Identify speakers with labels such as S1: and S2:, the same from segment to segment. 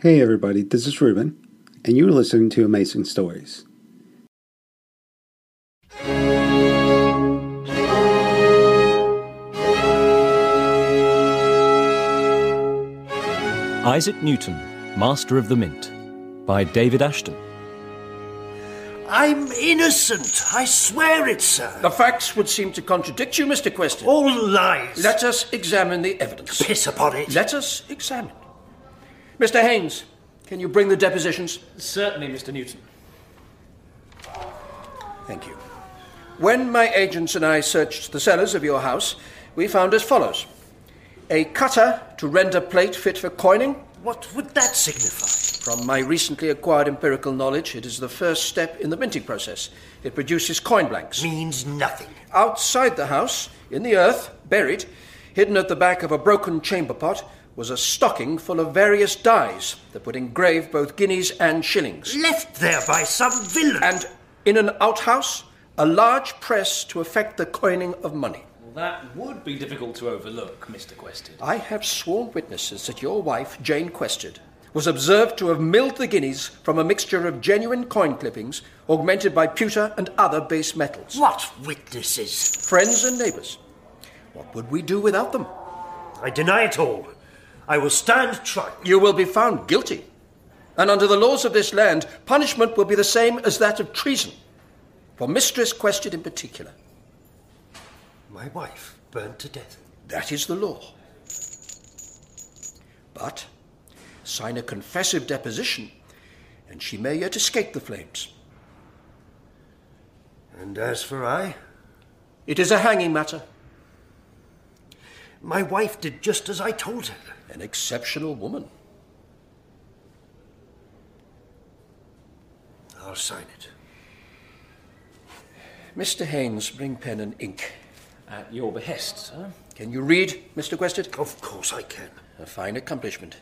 S1: Hey, everybody, this is Ruben, and you're listening to Amazing Stories.
S2: Isaac Newton, Master of the Mint, by David Ashton.
S3: I'm innocent. I swear it, sir.
S4: The facts would seem to contradict you, Mr. Queston.
S3: All lies.
S4: Let us examine the evidence.
S3: piss upon it.
S4: Let us examine. Mr. Haynes, can you bring the depositions?
S5: Certainly, Mr. Newton.
S4: Thank you. When my agents and I searched the cellars of your house, we found as follows a cutter to render plate fit for coining.
S3: What would that signify?
S4: From my recently acquired empirical knowledge, it is the first step in the minting process. It produces coin blanks.
S3: Means nothing.
S4: Outside the house, in the earth, buried, hidden at the back of a broken chamber pot, was a stocking full of various dies that would engrave both guineas and shillings.
S3: Left there by some villain.
S4: And in an outhouse, a large press to effect the coining of money.
S5: Well, that would be difficult to overlook, Mr. Quested.
S4: I have sworn witnesses that your wife, Jane Quested, was observed to have milled the guineas from a mixture of genuine coin clippings augmented by pewter and other base metals.
S3: what witnesses?
S4: Friends and neighbours. What would we do without them?
S3: I deny it all. I will stand trial.
S4: You will be found guilty. And under the laws of this land, punishment will be the same as that of treason. For Mistress Quested in particular.
S3: My wife burned to death.
S4: That is the law. But sign a confessive deposition, and she may yet escape the flames.
S3: And as for I,
S4: It is a hanging matter.
S3: my wife did just as I told her.
S4: An exceptional woman.
S3: I'll sign it.
S4: Mr. Haynes, bring pen and ink.
S5: At your behest, sir.
S4: Can you read, Mr. Quested?
S3: Of course I can.
S4: A fine accomplishment.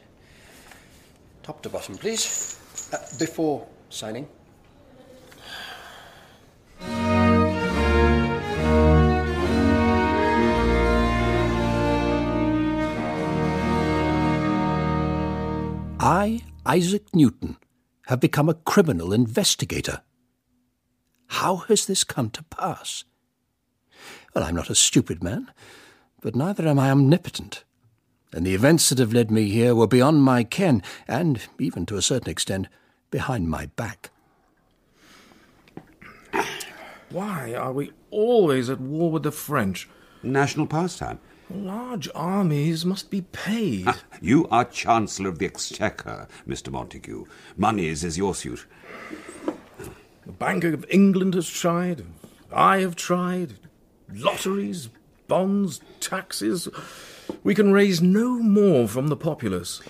S4: Top to bottom, please. Uh, before signing.
S6: I, Isaac Newton, have become a criminal investigator. How has this come to pass? Well, I'm not a stupid man, but neither am I omnipotent. And the events that have led me here were beyond my ken, and, even to a certain extent, behind my back.
S7: Why are we always at war with the French?
S8: National pastime.
S7: Large armies must be paid.
S8: You are Chancellor of the Exchequer, Mr. Montague. Monies is your suit.
S7: the Bank of England has tried. I have tried. Lotteries, bonds, taxes. We can raise no more from the populace.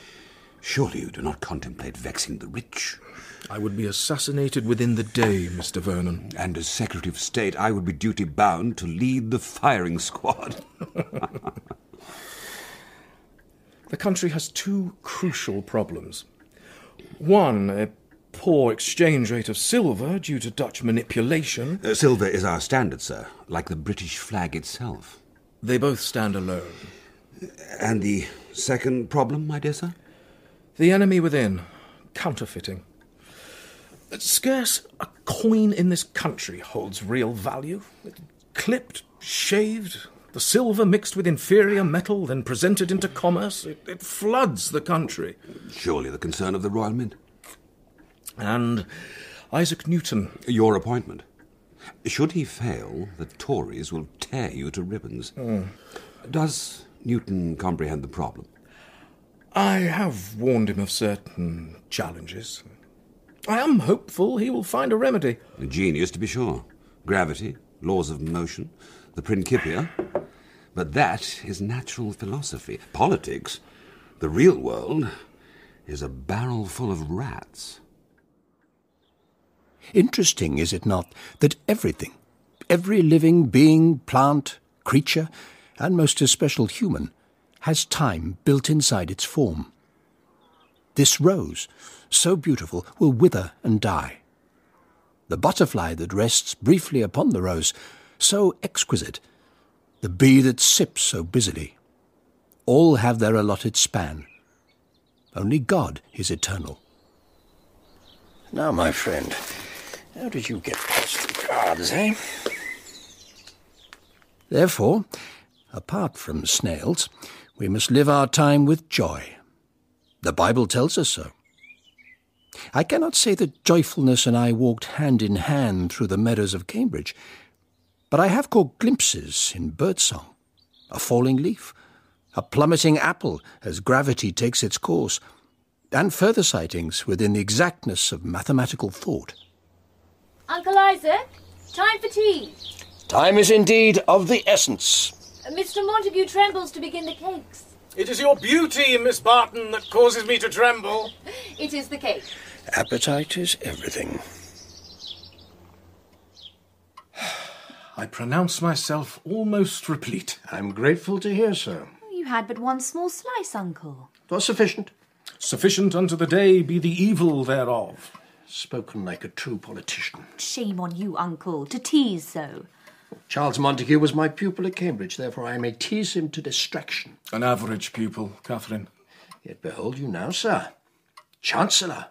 S8: Surely you do not contemplate vexing the rich.
S7: I would be assassinated within the day, Mr. Vernon.
S8: And as Secretary of State, I would be duty bound to lead the firing squad.
S7: The country has two crucial problems. One, a poor exchange rate of silver due to Dutch manipulation.
S8: Uh, silver is our standard, sir, like the British flag itself.
S7: They both stand alone.
S8: And the second problem, my dear sir?
S7: The enemy within, counterfeiting. Scarce a coin in this country holds real value. Clipped, shaved, the silver mixed with inferior metal, then presented into commerce, it, it floods the country.
S8: Surely the concern of the Royal Mint.
S7: And Isaac Newton,
S8: Your appointment. Should he fail, the Tories will tear you to ribbons. Does Newton comprehend the problem?
S7: I have warned him of certain challenges. I am hopeful he will find a remedy.
S8: Genius, to be sure. Gravity, laws of motion, the Principia. But that is natural philosophy. Politics, the real world, is a barrel full of rats.
S6: Interesting, is it not, that everything, every living being, plant, creature, and most especial human, has time built inside its form? This rose, so beautiful, will wither and die. The butterfly that rests briefly upon the rose, so exquisite, the bee that sips so busily, all have their allotted span.
S9: Only God is eternal.
S10: Now, my friend, how did you get past the guards, eh?
S9: Therefore, apart from snails, we must live our time with joy. The Bible tells us so. I cannot say that joyfulness and I walked hand in hand through the meadows of Cambridge, but I have caught glimpses in birdsong, a falling leaf, a plummeting apple as gravity takes its course, and further sightings within the exactness of mathematical thought.
S11: Uncle Isaac, time for tea.
S10: Time is indeed of the essence.
S11: Uh, Mr. Montague trembles to begin the cakes.
S3: It is your beauty, Miss Barton, that causes me to tremble.
S11: It is the cake.
S10: Appetite is everything.
S7: I pronounce myself almost replete.
S4: I'm grateful to hear so.
S11: You had but one small slice, Uncle.
S4: Twas sufficient.
S7: Sufficient unto the day be the evil thereof.
S4: Spoken like a true politician.
S11: Shame on you, Uncle, to tease so.
S4: Charles Montague was my pupil at Cambridge, therefore I may tease him to distraction.
S7: An average pupil, Catherine.
S4: Yet behold you now, sir, Chancellor.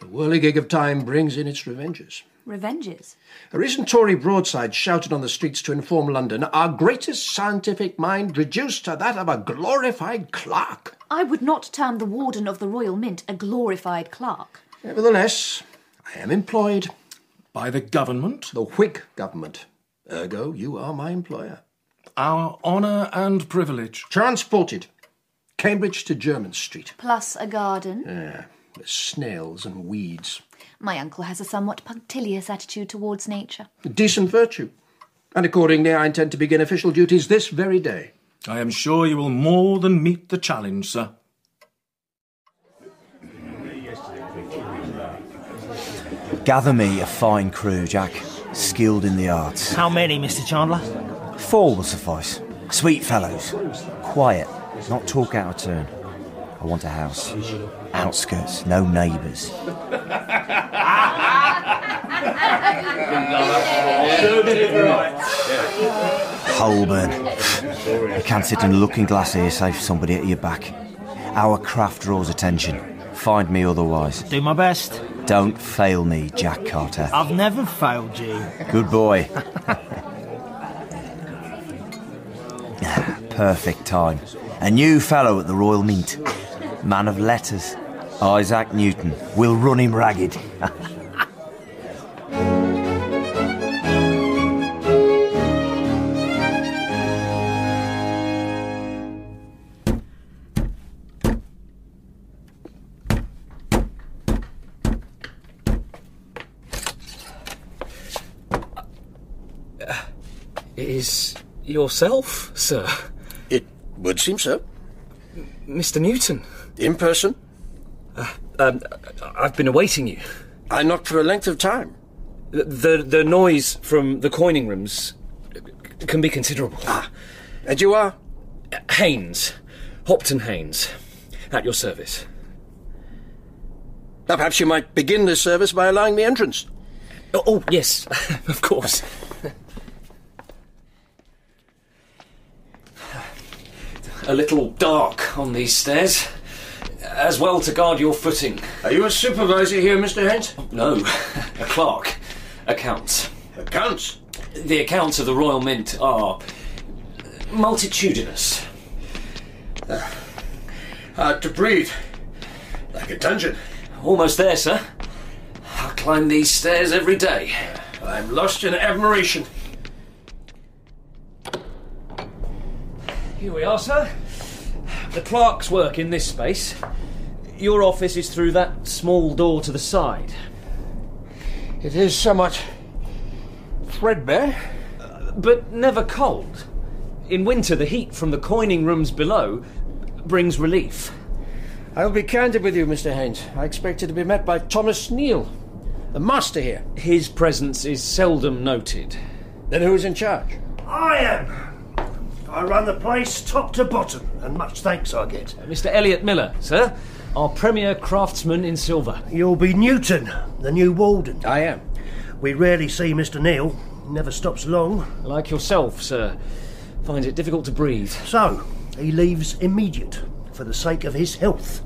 S4: The whirligig of time brings in its revenges.
S11: Revenges.
S4: A recent Tory broadside shouted on the streets to inform London our greatest scientific mind reduced to that of a glorified clerk.
S11: I would not term the warden of the Royal Mint a glorified clerk.
S4: Nevertheless, I am employed,
S7: By the government,
S4: the Whig government. Ergo, you are my employer.
S7: our honour and privilege.
S4: Transported Cambridge to German Street.
S11: Plus a garden.
S4: with snails and weeds.
S11: My uncle has a somewhat punctilious attitude towards nature.
S4: Decent virtue. And accordingly, I intend to begin official duties this very day.
S7: I am sure you will more than meet the challenge, sir.
S12: Gather me a fine crew, Jack, skilled in the arts.
S2: How many, Mr. Chandler?
S12: Four will suffice. Sweet fellows. Quiet, not talk out of turn. I want a house. Outskirts, no neighbours. Holborn. You can't sit in a looking glass here, save somebody at your back. Our craft draws attention. Find me otherwise.
S3: Do my best.
S12: Don't fail me, Jack Carter.
S3: I've never failed you.
S12: Good boy. Perfect time. A new fellow at the Royal Mint. Man of letters. Isaac Newton. We'll run him ragged.
S2: Is yourself, sir?
S10: It would seem so.
S2: Mr. Newton.
S10: In person,
S2: Um, I've been awaiting you.
S10: I knocked for a length of time.
S2: The, the, the noise from the coining rooms can be considerable.
S10: And you are?
S2: Haynes. Hopton Haynes. At your service.
S10: Now, perhaps you might begin this service by allowing me entrance.
S2: Oh, oh yes, of course. A little dark on these stairs. As well to guard your footing.
S4: Are you a supervisor here, Mr. Haynes?
S2: No, a clerk. Accounts.
S4: Accounts.
S2: The accounts of the Royal Mint are multitudinous.
S4: Hard to breathe. Like a dungeon.
S2: Almost there, sir. I climb these stairs every day.
S4: I'm lost in admiration.
S2: Here we are, sir. The clerks work in this space. Your office is through that small door to the side.
S4: It is somewhat threadbare.
S2: but never cold. In winter, the heat from the coining rooms below brings relief.
S4: I'll be candid with you, Mr. Haynes. I expected to be met by Thomas Neal, the master here.
S2: His presence is seldom noted.
S4: Then who's in charge?
S13: I am. I run the place top to bottom, and much thanks I get.
S2: Mr. Elliot Miller, sir, our premier craftsman in silver.
S3: You'll be Newton, the new warden.
S4: I am.
S3: We rarely see Mr. Neal. Never stops long.
S2: Like yourself, sir, finds it difficult to breathe.
S3: So, he leaves immediate for the sake of his health.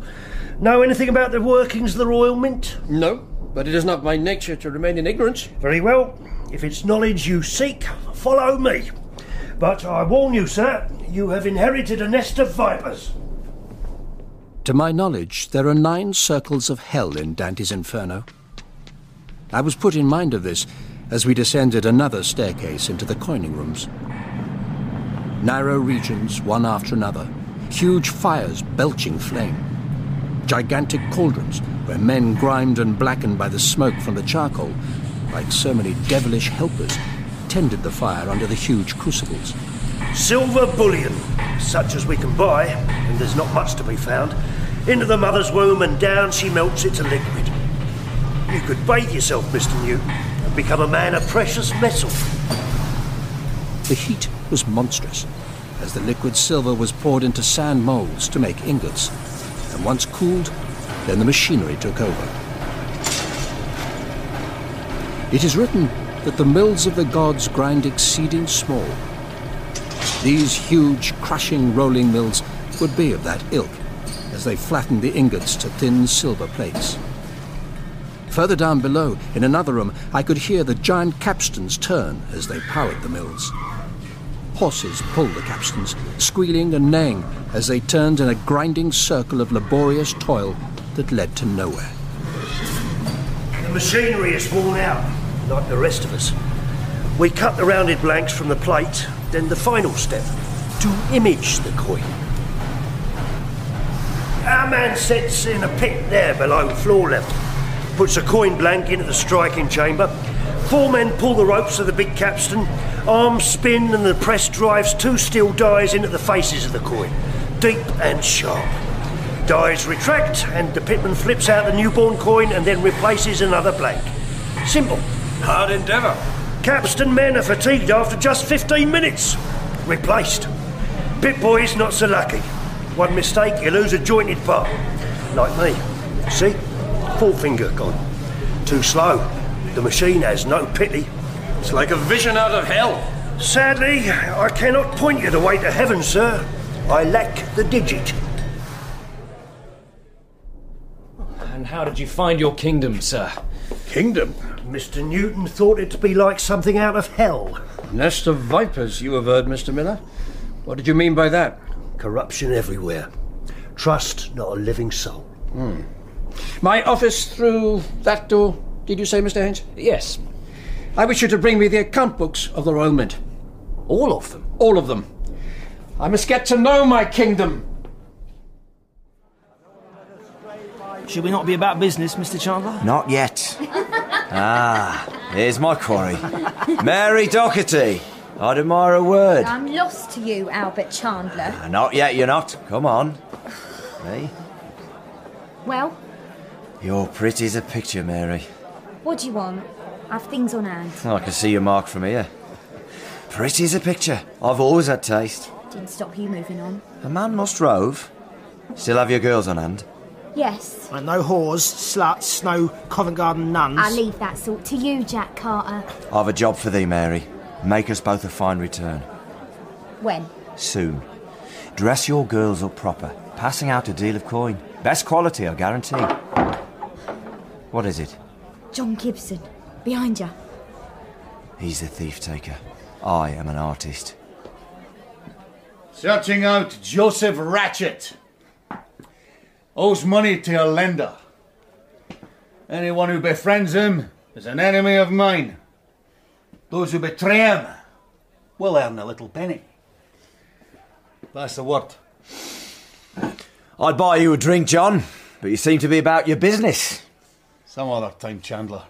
S3: Know anything about the workings of the Royal Mint?
S14: No, but it is not my nature to remain in ignorance.
S3: Very well. If it's knowledge you seek, follow me. But I warn you, sir, you have inherited a nest of vipers.
S4: To my knowledge, there are nine circles of hell in Dante's Inferno. I was put in mind of this as we descended another staircase into the coining rooms. Narrow regions, one after another, huge fires belching flame, gigantic cauldrons where men grimed and blackened by the smoke from the charcoal, like so many devilish helpers, tended the fire under the huge crucibles.
S3: Silver bullion, such as we can buy, and there's not much to be found. Into the mother's womb and down she melts it to liquid. You could bathe yourself, Mr. Newton, and become a man of precious metal.
S4: The heat was monstrous, as the liquid silver was poured into sand moulds to make ingots. And once cooled, then the machinery took over. It is written that the mills of the gods grind exceeding small. These huge, crushing rolling mills would be of that ilk, as they flattened the ingots to thin silver plates. Further down below, in another room, I could hear the giant capstans turn as they powered the mills. Horses pulled the capstans, squealing and neighing as they turned in a grinding circle of laborious toil that led to nowhere.
S3: The machinery is worn out, like the rest of us. We cut the rounded blanks from the plate, then the final step to image the coin. Our man sits in a pit there below floor level, puts a coin blank into the striking chamber. Four men pull the ropes of the big capstan, arms spin, and the press drives two steel dies into the faces of the coin, deep and sharp. Dies retract, and the pitman flips out the newborn coin and then replaces another blank. Simple. Hard endeavour. Capstan men are fatigued after just 15 minutes. Replaced. Pit boy is not so lucky. One mistake, you lose a jointed part. Like me. See? Forefinger gone. Too slow. The machine has no pity. It's like a vision out of hell. Sadly, I cannot point you the way to heaven, sir. I lack the digit.
S2: And how did you find your kingdom, sir?
S3: Kingdom? Mr. Newton thought it to be like something out of hell.
S14: Nest of vipers, you averred, Mr. Miller. What did you mean by that?
S3: Corruption everywhere. Trust not a living soul.
S14: Hmm. My office through that door, did you say, Mr. Haynes?
S2: Yes.
S14: I wish you to bring me the account books of the Royal Mint.
S2: All of them?
S14: All of them. I must get to know my kingdom.
S15: Should we not be about business, Mr. Chandler?
S16: Not yet. ah, here's my quarry. Mary Doherty. I'd admire a word.
S12: I'm lost to you, Albert Chandler.
S16: Uh, Not yet, you're not. Come on. Hey,
S12: Well,
S16: you're pretty as a picture, Mary.
S12: what do you want? I've things on hand.
S16: Oh, I can see your mark from here. Pretty as a picture. I've always had taste.
S12: Didn't stop you moving on.
S16: A man must rove. Still have your girls on hand.
S12: Yes.
S15: And no whores, sluts, no Covent Garden nuns.
S12: I leave that sort to you, Jack Carter.
S16: I've a job for thee, Mary. Make us both a fine return.
S12: When?
S16: Soon. Dress your girls up proper. Passing out a deal of coin. Best quality, I guarantee. What is it?
S12: John Gibson. Behind you.
S16: He's a thief taker. I am an artist.
S17: Searching out Joseph Ratchet. Owes money to a lender. Anyone who befriends him is an enemy of mine. Those who betray him will earn a little penny. That's the word.
S16: I'd buy you a drink, John, but you seem to be about your business.
S17: Some other time, Chandler.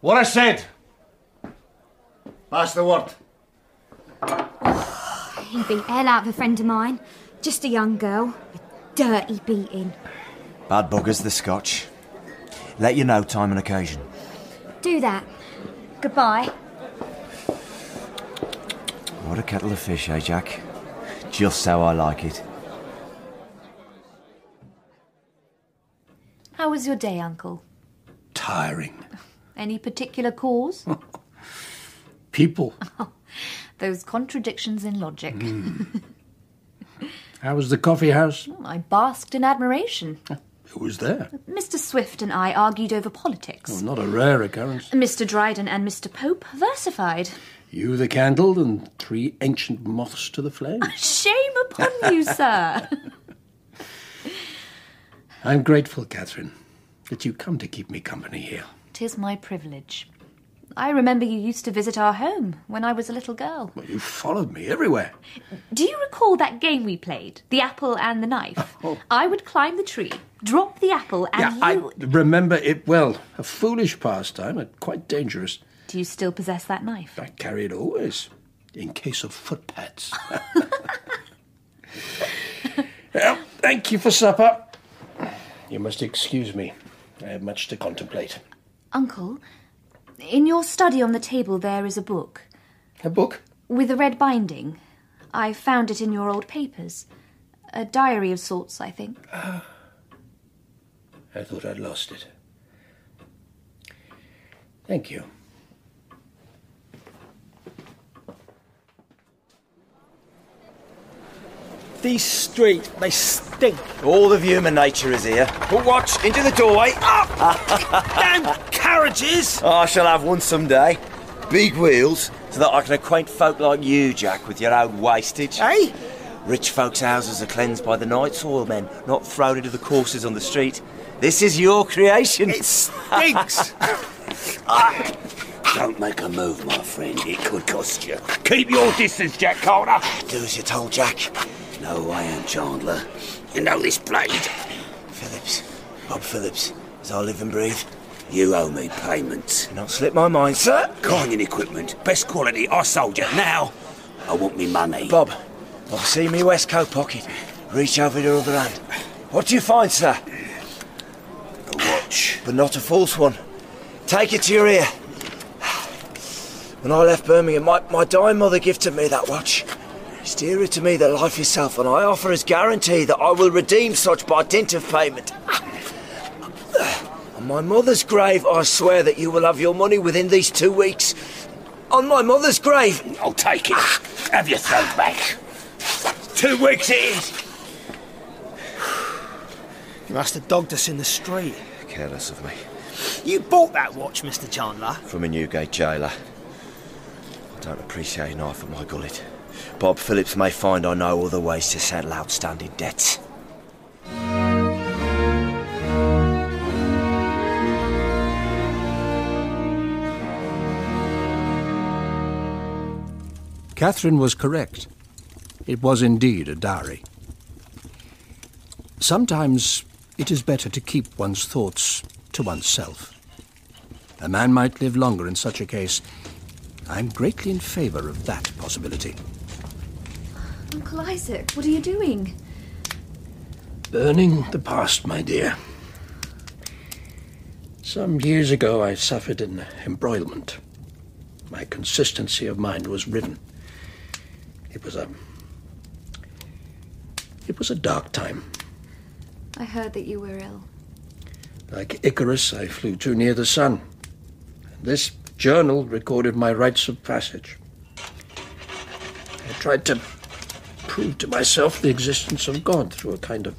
S17: What I said. That's the word.
S12: He beat hell out of a friend of mine. Just a young girl. A dirty beating.
S16: Bad buggers, the Scotch. Let you know time and occasion.
S12: Do that. Goodbye.
S16: What a kettle of fish, eh, Jack? Just how I like it.
S11: How was your day, Uncle?
S16: Tiring.
S11: Any particular cause?
S17: People.
S11: Those contradictions in logic.
S17: Mm.
S4: How was the coffee house?
S11: Hmm, I basked in admiration.
S4: Who was there?
S11: Mr. Swift and I argued over politics.
S4: Oh, not a rare occurrence.
S11: Mr. Dryden and Mr. Pope versified.
S18: You the candle and three ancient moths to the flame.
S11: Shame upon you, sir.
S4: I'm grateful, Catherine, that you come to keep me company here.
S11: Tis my privilege. I remember you used to visit our home when I was a little girl.
S4: You followed me everywhere.
S11: Do you recall that game we played, the apple and the knife? I would climb the tree, drop the apple, and
S4: Oh. yeah,
S11: you.
S4: I remember it well. A foolish pastime and quite dangerous.
S11: Do you still possess that knife?
S4: I carry it always, in case of footpads. well, thank you for supper. You must excuse me. I have much to contemplate.
S11: Uncle, in your study on the table there is a book.
S4: A book?
S11: With a red binding. I found it in your old papers. A diary of sorts, I think.
S4: I thought I'd lost it. Thank you.
S15: These streets, they stink.
S16: All of human nature is here. But watch, into the doorway. Up! Damn carriages! Oh, I shall have one someday. Big wheels, so that I can acquaint folk like you, Jack, with your own wastage. Eh? Rich folks' houses are cleansed by the night soil men, not thrown into the courses on the street. This is your creation. Ah! It stinks!
S19: Don't make a move, my friend. It could cost you.
S16: Keep your distance, Jack Calder.
S19: Do as you're told, Jack. No, I am Chandler. You know this blade.
S16: Phillips. Bob Phillips, as I live and breathe. You owe me payment. Not slip my mind, sir.
S19: Kind and equipment. Best quality. I sold you. Now, I want me money.
S16: Bob, I see me West coat pocket. Reach over your other hand. What do you find, sir? A watch. But not a false one. Take it to your ear. When I left Birmingham, my, my dying mother gifted me that watch. It's dearer to me than life itself, and I offer as guarantee that I will redeem such by dint of payment. On my mother's grave, I swear that you will have your money within these two weeks. On my mother's grave.
S19: I'll take it. Have your throat back.
S16: Two weeks it is. You must have dogged us in the street. Careless of me.
S15: You bought that watch, Mr. Chandler.
S16: From a Newgate jailer. I don't appreciate a knife at my gullet. Bob Phillips may find I know other ways to settle outstanding debts.
S4: Catherine was correct. It was indeed a diary. Sometimes it is better to keep one's thoughts to oneself. A man might live longer in such a case. I'm greatly in favour of that possibility.
S11: Uncle Isaac, what are you doing?
S4: Burning the past, my dear. Some years ago, I suffered an embroilment. My consistency of mind was riven. It was a. It was a dark time.
S11: I heard that you were ill.
S4: Like Icarus, I flew too near the sun. This journal recorded my rites of passage. I tried to prove to myself the existence of God through a kind of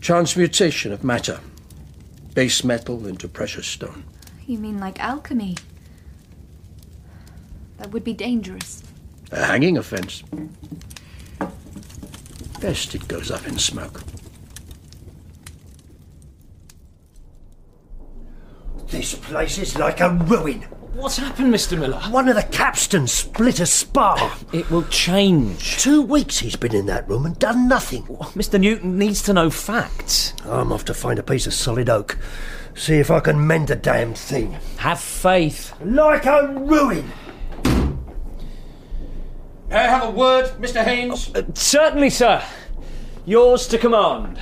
S4: transmutation of matter, base metal into precious stone.
S11: You mean like alchemy? That would be dangerous.
S4: A hanging offense. Best it goes up in smoke.
S3: This place is like a ruin.
S2: What's happened, Mr. Miller?
S3: One of the capstans split a spar.
S2: It will change.
S3: Two weeks he's been in that room and done nothing.
S2: Mr. Newton needs to know facts.
S3: I'm off to find a piece of solid oak. See if I can mend the damn thing.
S2: Have faith.
S3: Like a ruin.
S14: May I have a word, Mr. Haynes?
S2: Uh, certainly, sir. Yours to command.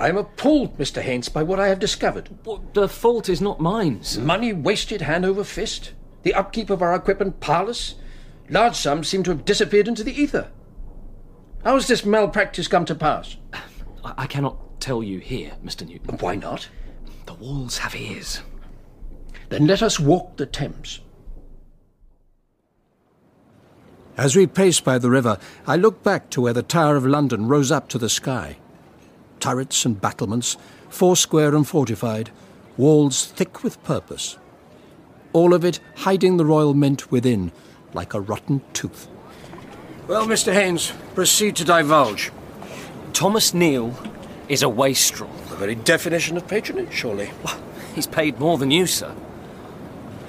S4: I am appalled, Mr. Haynes, by what I have discovered.
S2: The fault is not mine, sir.
S18: Money wasted hand over fist. The upkeep of our equipment parlous. Large sums seem to have disappeared into the ether. How has this malpractice come to pass?
S2: I-, I cannot tell you here, Mr. Newton.
S18: Why not?
S2: The walls have ears.
S4: Then let us walk the Thames.
S20: As we paced by the river, I looked back to where the Tower of London rose up to the sky. Turrets and battlements, foursquare and fortified, walls thick with purpose. All of it hiding the royal mint within, like a rotten tooth.
S4: Well, Mr. Haynes, proceed to divulge.
S2: Thomas Neal is a wastrel.
S4: The very definition of patronage, surely.
S2: He's paid more than you, sir.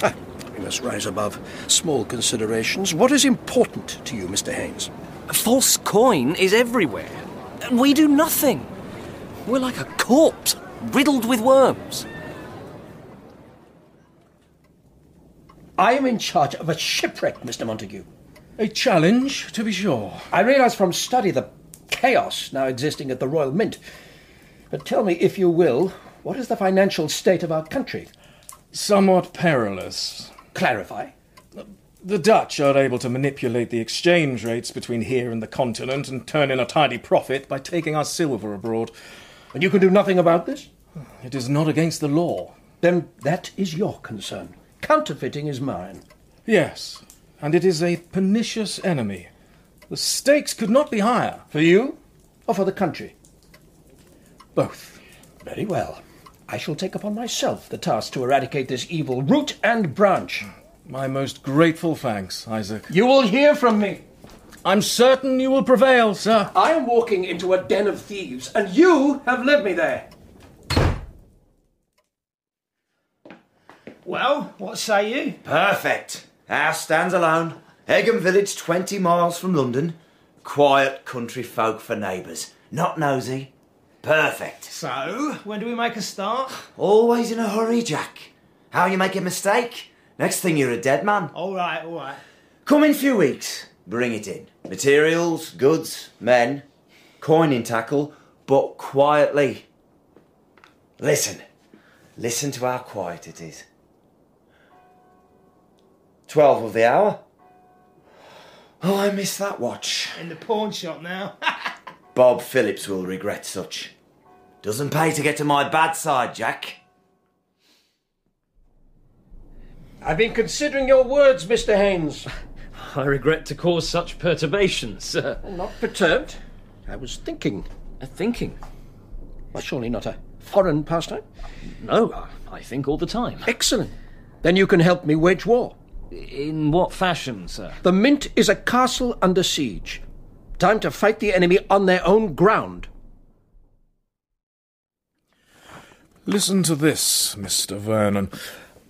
S4: We must rise above small considerations. What is important to you, Mr. Haynes?
S2: False coin is everywhere. And we do nothing. We're like a corpse, riddled with worms.
S4: I am in charge of a shipwreck, Mr. Montague.
S7: A challenge, to be sure.
S4: I realise from study the chaos now existing at the Royal Mint. But tell me, if you will, what is the financial state of our country?
S7: Somewhat perilous.
S4: Clarify.
S7: The Dutch are able to manipulate the exchange rates between here and the continent and turn in a tidy profit by taking our silver abroad.
S4: And you can do nothing about this?
S7: It is not against the law.
S4: Then that is your concern. Counterfeiting is mine.
S7: Yes, and it is a pernicious enemy. The stakes could not be higher. For you?
S4: Or for the country?
S7: Both.
S4: Very well. I shall take upon myself the task to eradicate this evil root and branch.
S7: My most grateful thanks, Isaac.
S4: You will hear from me.
S7: I'm certain you will prevail, sir.
S4: I am walking into a den of thieves, and you have led me there.
S21: Well, what say you?
S11: Perfect. House stands alone. Egham village, 20 miles from London. Quiet country folk for neighbours. Not nosy. Perfect.
S21: So, when do we make a start?
S11: Always in a hurry, Jack. How you make a mistake? Next thing you're a dead man.
S21: All right, all right.
S11: Come in few weeks. Bring it in. Materials, goods, men, coining tackle, but quietly. Listen. Listen to how quiet it is. Twelve of the hour. Oh, I miss that watch.
S21: In the pawn shop now.
S11: Bob Phillips will regret such. Doesn't pay to get to my bad side, Jack.
S4: I've been considering your words, Mr. Haynes.
S2: I regret to cause such perturbations, sir.
S4: Not perturbed. I was thinking.
S2: Thinking?
S4: Well, surely not a foreign pastime.
S2: No, Oh, I- I think all the time.
S4: Excellent. Then you can help me wage war.
S2: In what fashion, sir?
S4: The Mint is a castle under siege. Time to fight the enemy on their own ground.
S7: Listen to this, Mr. Vernon.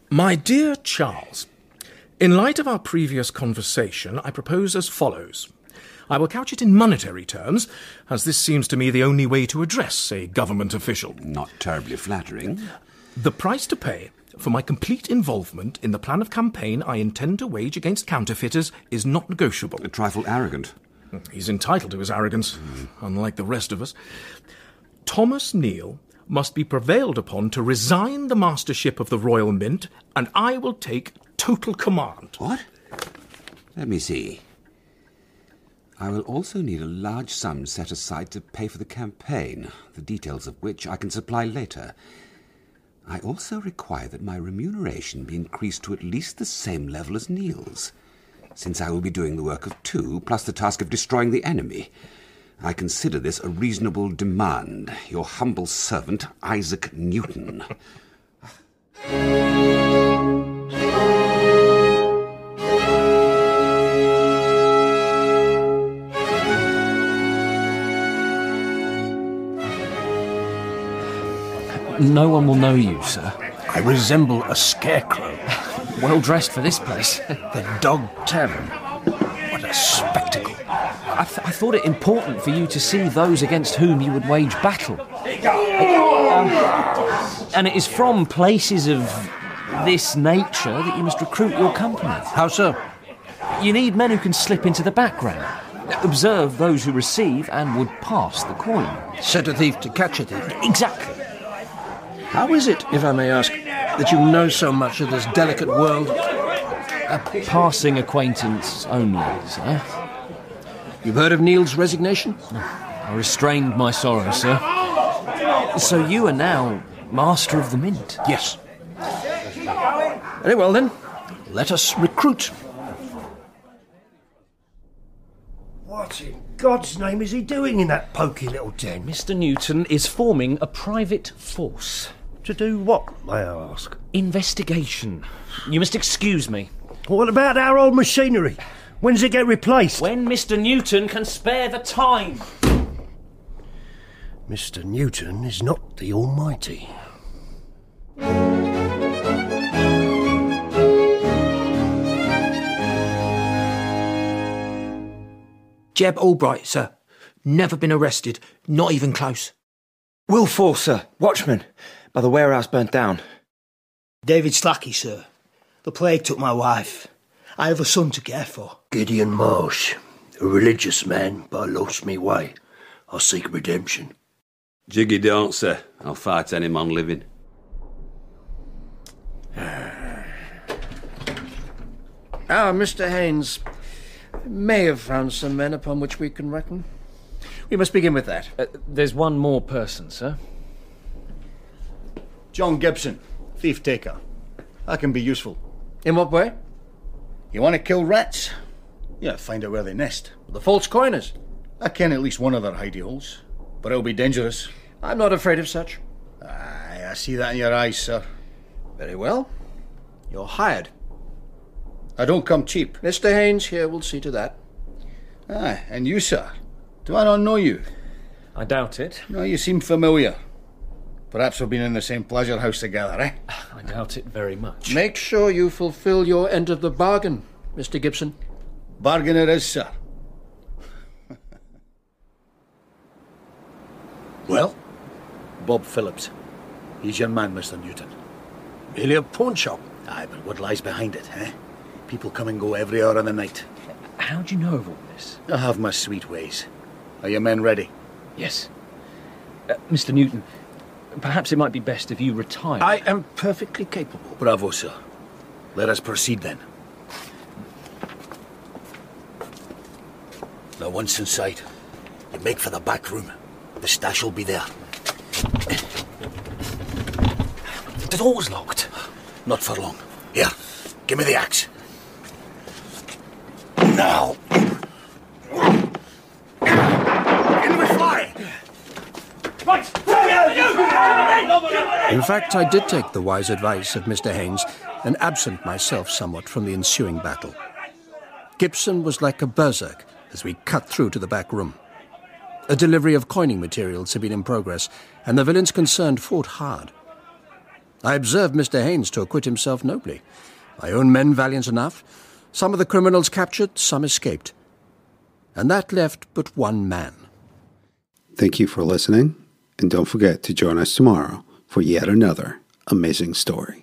S7: My dear Charles, in light of our previous conversation, I propose as follows. I will couch it in monetary terms, as this seems to me the only way to address a government official.
S8: Not terribly flattering.
S7: The price to pay for my complete involvement in the plan of campaign I intend to wage against counterfeiters is not negotiable.
S8: A trifle arrogant.
S7: He's entitled to his arrogance, unlike the rest of us. Thomas Neal must be prevailed upon to resign the mastership of the Royal Mint, and I will take total command.
S8: What? Let me see. I will also need a large sum set aside to pay for the campaign, the details of which I can supply later. I also require that my remuneration be increased to at least the same level as Neil's, since I will be doing the work of two, plus the task of destroying the enemy. I consider this a reasonable demand. Your humble servant, Isaac Newton.
S2: No one will know you, sir.
S22: I resemble a scarecrow.
S2: Well dressed for this place.
S22: The Dog Tavern. What a spectacle.
S2: I, th- I thought it important for you to see those against whom you would wage battle. Um, and it is from places of this nature that you must recruit your company.
S4: How so?
S2: You need men who can slip into the background, observe those who receive, and would pass the coin.
S4: Set a thief to catch a thief.
S2: Exactly.
S4: How is it, if I may ask, that you know so much of this delicate world?
S2: Passing acquaintance only, sir.
S4: You've heard of Neil's resignation?
S2: I restrained my sorrow, sir. So you are now master of the mint.
S4: Yes. Very well then. Let us recruit.
S3: What in God's name is he doing in that poky little den?
S2: Mr. Newton is forming a private force.
S3: To do what, may I ask?
S2: Investigation. You must excuse me.
S3: What about our old machinery? When does it get replaced?
S2: When Mr. Newton can spare the time.
S3: Mr. Newton is not the Almighty.
S23: Jeb Albright, sir. Never been arrested. Not even close.
S24: Will Force, sir. Watchman. By the warehouse burnt down.
S25: David Slacky, sir. The plague took my wife. I have a son to care for.
S26: Gideon Marsh, a religious man, but I lost me way. I seek redemption.
S8: Jiggy dancer. I'll fight any man living.
S14: Ah, Mr. Haynes may have found some men upon which we can reckon. We must begin with that.
S2: Uh, there's one more person, sir.
S17: John Gibson, thief taker. I can be useful.
S14: In what way?
S17: You want to kill rats? Yeah, find out where they nest.
S14: The false coiners.
S17: I ken at least one of their hidey holes, but it'll be dangerous.
S14: I'm not afraid of such.
S17: Aye, I see that in your eyes, sir.
S14: Very well. You're hired.
S17: I don't come cheap.
S14: Mr. Haynes here will see to that.
S17: Aye, and you, sir. Do I not know you?
S2: I doubt it.
S17: No, you seem familiar. Perhaps we've been in the same pleasure house together, eh?
S2: I doubt it very much.
S14: Make sure you fulfill your end of the bargain, Mr. Gibson.
S17: Bargain it is, sir.
S25: well, Bob Phillips. He's your man, Mr. Newton. Merely a pawn shop. Aye, but what lies behind it, eh? People come and go every hour of the night.
S2: How do you know of all this?
S25: I have my sweet ways. Are your men ready?
S2: Yes. Uh, Mr. Newton, perhaps it might be best if you retire.
S25: I am perfectly capable. Bravo, sir. Let us proceed then. Now, once inside, you make for the back room. The stash will be there.
S2: The door's locked.
S25: Not for long. Here, give me the axe now. In we fly!
S4: In fact, I did take the wise advice of Mr. Haynes and absent myself somewhat from the ensuing battle. Gibson was like a berserk as we cut through to the back room. A delivery of coining materials had been in progress, and the villains concerned fought hard. I observed Mr. Haynes to acquit himself nobly. My own men valiant enough, some of the criminals captured, some escaped. And that left but one man.
S1: Thank you for listening, and don't forget to join us tomorrow for yet another amazing story.